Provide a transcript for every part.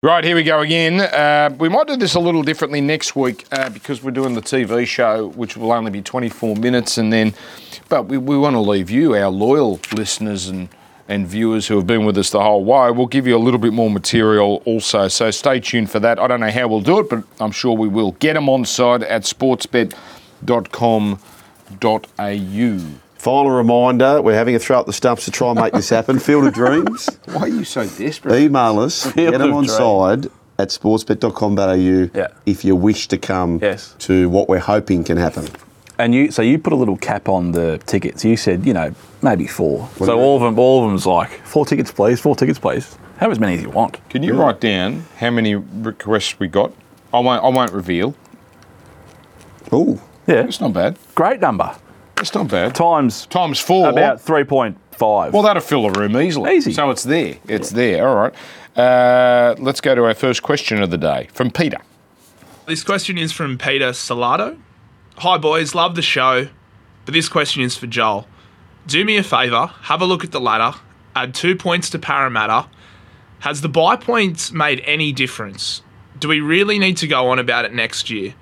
Right, here we go again. Uh, we might do this a little differently next week uh, because we're doing the TV show, which will only be 24 minutes, and then, but we, we want to leave you, our loyal listeners and, and viewers who have been with us the whole way. We'll give you a little bit more material also, so stay tuned for that. I don't know how we'll do it, but I'm sure we will. Get them on side at sportsbet.com.au. Final reminder, we're having a throw up the stumps to try and make this happen. Field of Dreams, Why are you so desperate? email us, Field get them of on Dreams. side at sportsbet.com.au Yeah. if you wish to come Yes. to what we're hoping can happen. And you, so you put a little cap on the tickets. You said, you know, maybe four. do so you all of them, all of them's like four tickets, please. Four tickets, please. Have as many as you want. Can you write down how many requests we got? I won't, I won't reveal. Ooh, Yeah, It's not bad. great number. It's not bad. Times Times four. about three point five. well, that'll fill the room easily. Easy. So it's there. It's there. All right. Uh, let's go to our first question of the day from Peter. This question is from Peter Salado. Hi, boys, love the show, but this question is for Joel. Do me a favour, have a look at the ladder, add two points to Parramatta. Has the buy points made any difference? Do we really need to go on about it next year?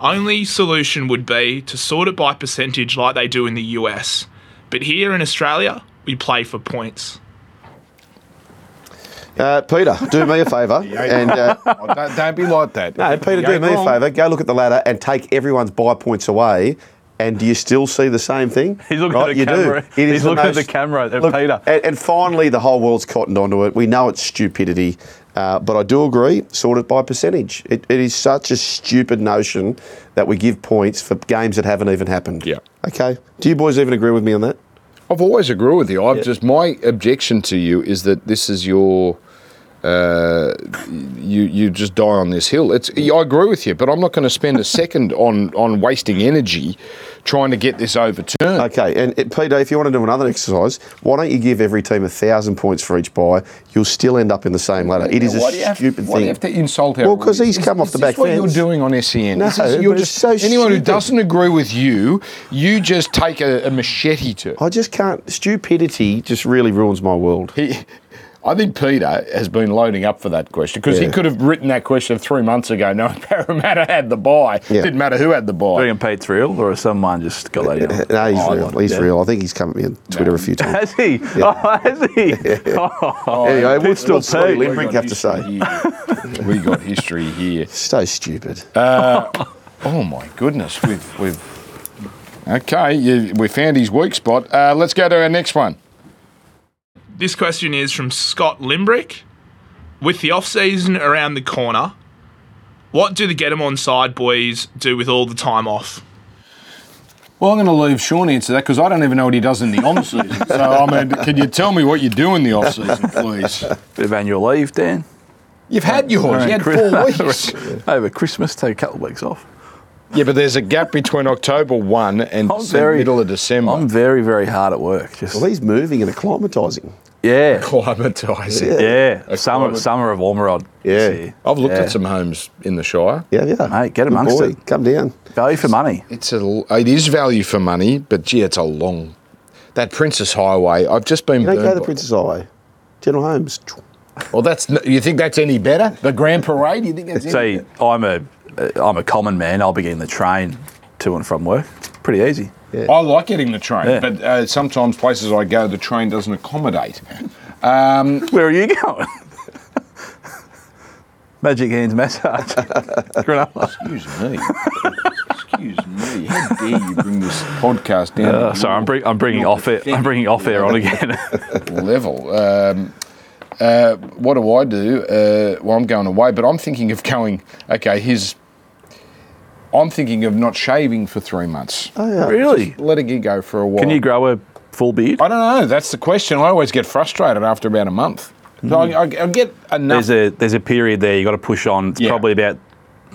Only solution would be to sort it by percentage like they do in the US. But here in Australia, we play for points. uh, Peter, do me a favour and uh, Oh, don't, be like that. no, Peter, do me a favour. Go look at the ladder and take everyone's buy points away. And do you still see the same thing? He's looking Right, at the you do. camera. It is He's the looking at most- the camera at Look, Peter. And, and finally, the whole world's cottoned onto it. We know it's stupidity, uh, but I do agree, sort it by percentage. It, it is such a stupid notion that we give points for games that haven't even happened. Yeah. Okay. Do you boys even agree with me on that? I've always agreed with you. I've just my objection to you is that this is your. Uh, you you just die on this hill. It's I agree with you, but I'm not going to spend a second on on wasting energy trying to get this overturned. Okay. And it, Peter, if you want to do another exercise, why don't you give every team a thousand points for each buy? You'll still end up in the same ladder. It is a Why do you have- Why stupid do you thing. have to insult our Well, 'cause audience? he's come off Is the this back what fence. you're doing on SEN. No, This is- you're but it's just so anyone who stupid. doesn't agree with you, you just take a, a machete to. I just can't. Stupidity just really ruins my world. He, I think Peter has been loading up for that question because he Yeah. could have written that question three months ago. No, Parramatta had the buy. Yeah. Didn't matter who had the Do you buy. reckon Pete's real, or has someone just got that in? No, he's Oh, I real. like He's that. real. I think he's come at me on Twitter a few times. Has he? Oh, has he? Oh, Anyway, what's, Pistol what's Scotty Pete. We got Limbrick have to history say? here. we got history here. So stupid. Oh my goodness, we've we've. Okay, you, we found his weak spot. Uh, let's go to our next one. This question is from Scott Limbrick. With the off season around the corner, what do the get 'em on side boys do with all the time off? Well, I'm going to leave Sean answer that because I don't even know what he does in the off season. so, I mean, can you tell me what you do in the off season, please? Bit of annual leave, Dan. You've had yours. You had four weeks. Over Christmas, take a couple of weeks off. Yeah, but there's a gap between October one and I'm very middle of December. I'm very, very hard at work. Just well, he's moving and acclimatising. yeah, climatising. yeah. A Summer, climate- summer of Ormerod. Yeah. this year. I've looked Yeah. at some homes in the Shire. Yeah, yeah. Mate, get Good amongst boy. it. Come down. value for money. It's a, it is value for money, but gee, it's a long. That Princess Highway. I've just been. You don't burned go to the by- Princess Highway. General Holmes. Well, that's. n- You think that's any better? The Grand Parade. You think that's any See, I'm a, I'm a common man. I'll be getting the train to and from work. It's pretty easy. I like getting the train, Yeah. but uh, sometimes places I go, the train doesn't accommodate. Um, Where are you going? Magic hands massage. Granola. excuse me. excuse me. How dare you bring this podcast down? Uh, sorry, I'm, bring, I'm bringing off air. I'm bringing off air on again. level. Um, uh, what do I do? Uh, well, I'm going away, but I'm thinking of going. Okay, here's. I'm thinking of not shaving for three months. really? Letting it go for a while. Oh. Can you grow a full beard? I don't know. That's the question. I always get frustrated after about a month. So I, I, I get enough. Hmm. There's a there's a period there you got to push on. It's Yeah. probably about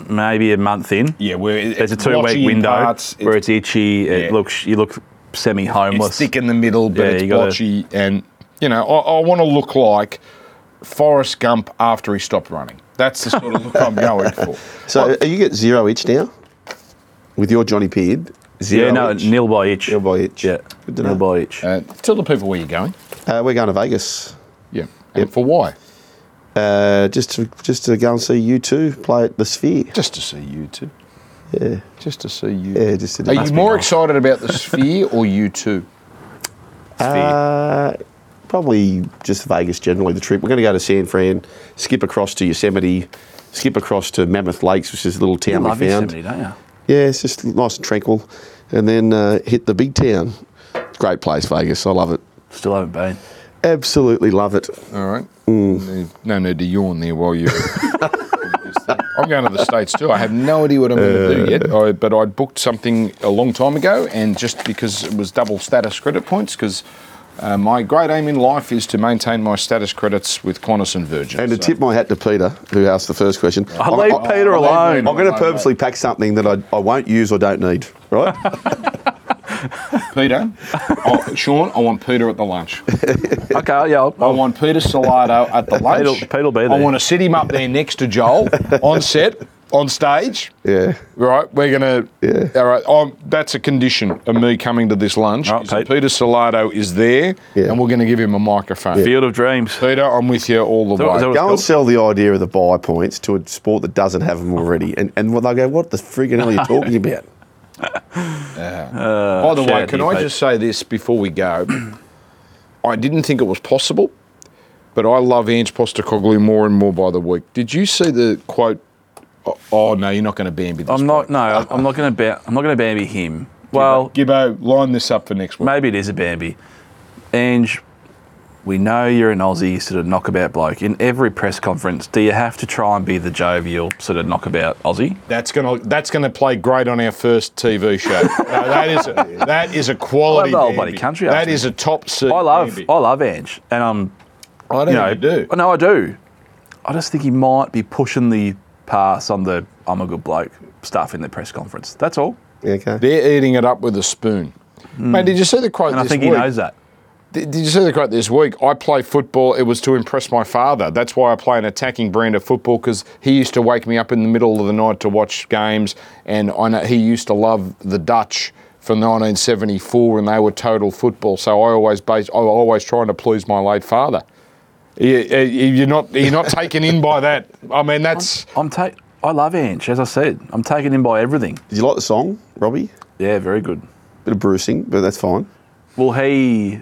maybe a month in. yeah, where it- There's a it's two blotchy in week window parts, where it's, it's itchy. It Yeah. looks you look semi it's homeless. thick in the middle, but Yeah, it's you gotta- blotchy. And you know, I, I want to look like Forrest Gump after he stopped running. That's the sort of look I'm going for. So are you get zero itch now? With your Johnny Beard? Zero Yeah, no, itch. nil by itch. Nil by itch. Yeah, Good to nil know. by itch. Uh, tell the people where you're going. Uh, we're going to Vegas. Yeah. And for why? uh, just to just to go and see you two play at the Sphere. Just to see you two. Yeah, Just to see you. yeah, just to do Are that. you more nice. excited about the Sphere or you two? Uh, probably just Vegas generally. The trip we're going to go to San Fran, skip across to Yosemite, skip across to Mammoth Lakes, which is a little You town love we found. Yosemite, don't you? Yeah, it's just nice and tranquil, and then uh, hit the big town. Great place, Vegas. I love it. Still haven't been. Absolutely love it. All right. No need to yawn there while you're. I'm going to the States too. I have no idea what I'm going to do yet, I, but I booked something a long time ago, and just because it was double status credit points, because uh, my great aim in life is to maintain my status credits with Qantas and Virgin. And to so- tip my hat to Peter, who asked the first question. I leave Peter I'll leave alone. Peter. I'm going to purposely pack something that I, I won't use or don't need, right? Peter, oh, Sean, I want Peter at the lunch. okay, yeah. I'll, I I'll- want Peter Salado at the lunch. Pete'll- Pete'll be I there. want to sit him up there next to Joel on set, on stage. yeah. Right, we're gonna. Yeah. All right, um, that's a condition of me coming to this lunch. Right, is that Pete. Peter Salado is there, Yeah. and we're gonna give him a microphone. Field of Dreams. Peter, I'm with you all the So- way. so- Go and sell the idea of the buy points to a sport that doesn't have them already. And, and they'll go, what the friggin' hell are you talking about? By the way, shout can to you, I uh, Pete. just say this before we go? I didn't think it was possible, but I love Ange Postacoglu more and more by the week. Did you see the quote? "Oh, Oh no, you're not going to Bambi this. I'm not. No, I- I'm not going to. Ba- I'm not going to Bambi him. Well, Gibbo, line this up for next week. maybe it is a Bambi. Ange, we know you're an Aussie sort of knockabout bloke. In every press conference, do you have to try and be the jovial sort of knockabout Aussie? That's gonna that's gonna play great on our first TV show. no, that is a, that is a quality. I love the whole Bambi. bloody country, That actually. is a top seed. I love. Bambi. I love Ange, and I'm. I You don't know, know, do. No, I do. I just think he might be pushing the pass on the "I'm a good bloke" stuff in the press conference. That's all, Okay. They're eating it up with a spoon. Mate, did you see the quote Hmm. and I this think week? he knows that. Did, did you see the quote this week? I play football. It was to impress my father. That's why I play an attacking brand of football because he used to wake me up in the middle of the night to watch games, and I know he used to love the Dutch from 1974 when they were total football. So I always base, I was always trying to please my late father. You- uh, You're not you're not taken in by that. I mean that's I'm ta- I love Ange, as I said. I'm taken in by everything. Did you like the song, Robbie? Yeah, very good. Bit of bruising, but that's fine. Well, he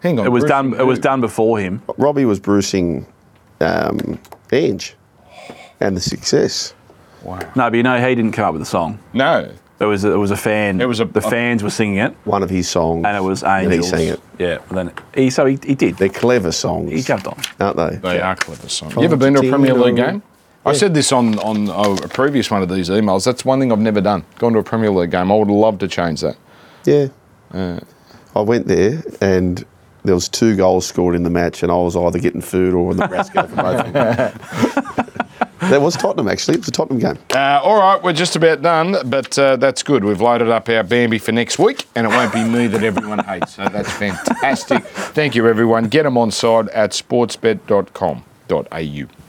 hang on. it was Bruce, done. It was who- done before him. Robbie was bruising um, Ange and the success. No, but you know he didn't come up with the song. No, It was it was a fan. It was a- the fans were singing it, One of his songs. and it was And he Angels. sang it. Yeah. And then he so he, he did. They're clever songs. He jumped on. Aren't they? They are clever songs. You ever been to a Fontaine Premier League or- game? I said this on, on uh, a previous one of these emails. That's one thing I've never done. Gone to a Premier League game. I would love to change that. Yeah. Uh, I went there and there was two goals scored in the match and I was either getting food or on the Brasco for both of them. that was Tottenham actually. It was a Tottenham game. Uh, all right, we're just about done, but uh, that's good. We've loaded up our Bambi for next week, and it won't be me that everyone hates. So that's fantastic. Thank you, everyone. Get them on side at sportsbet.com.au.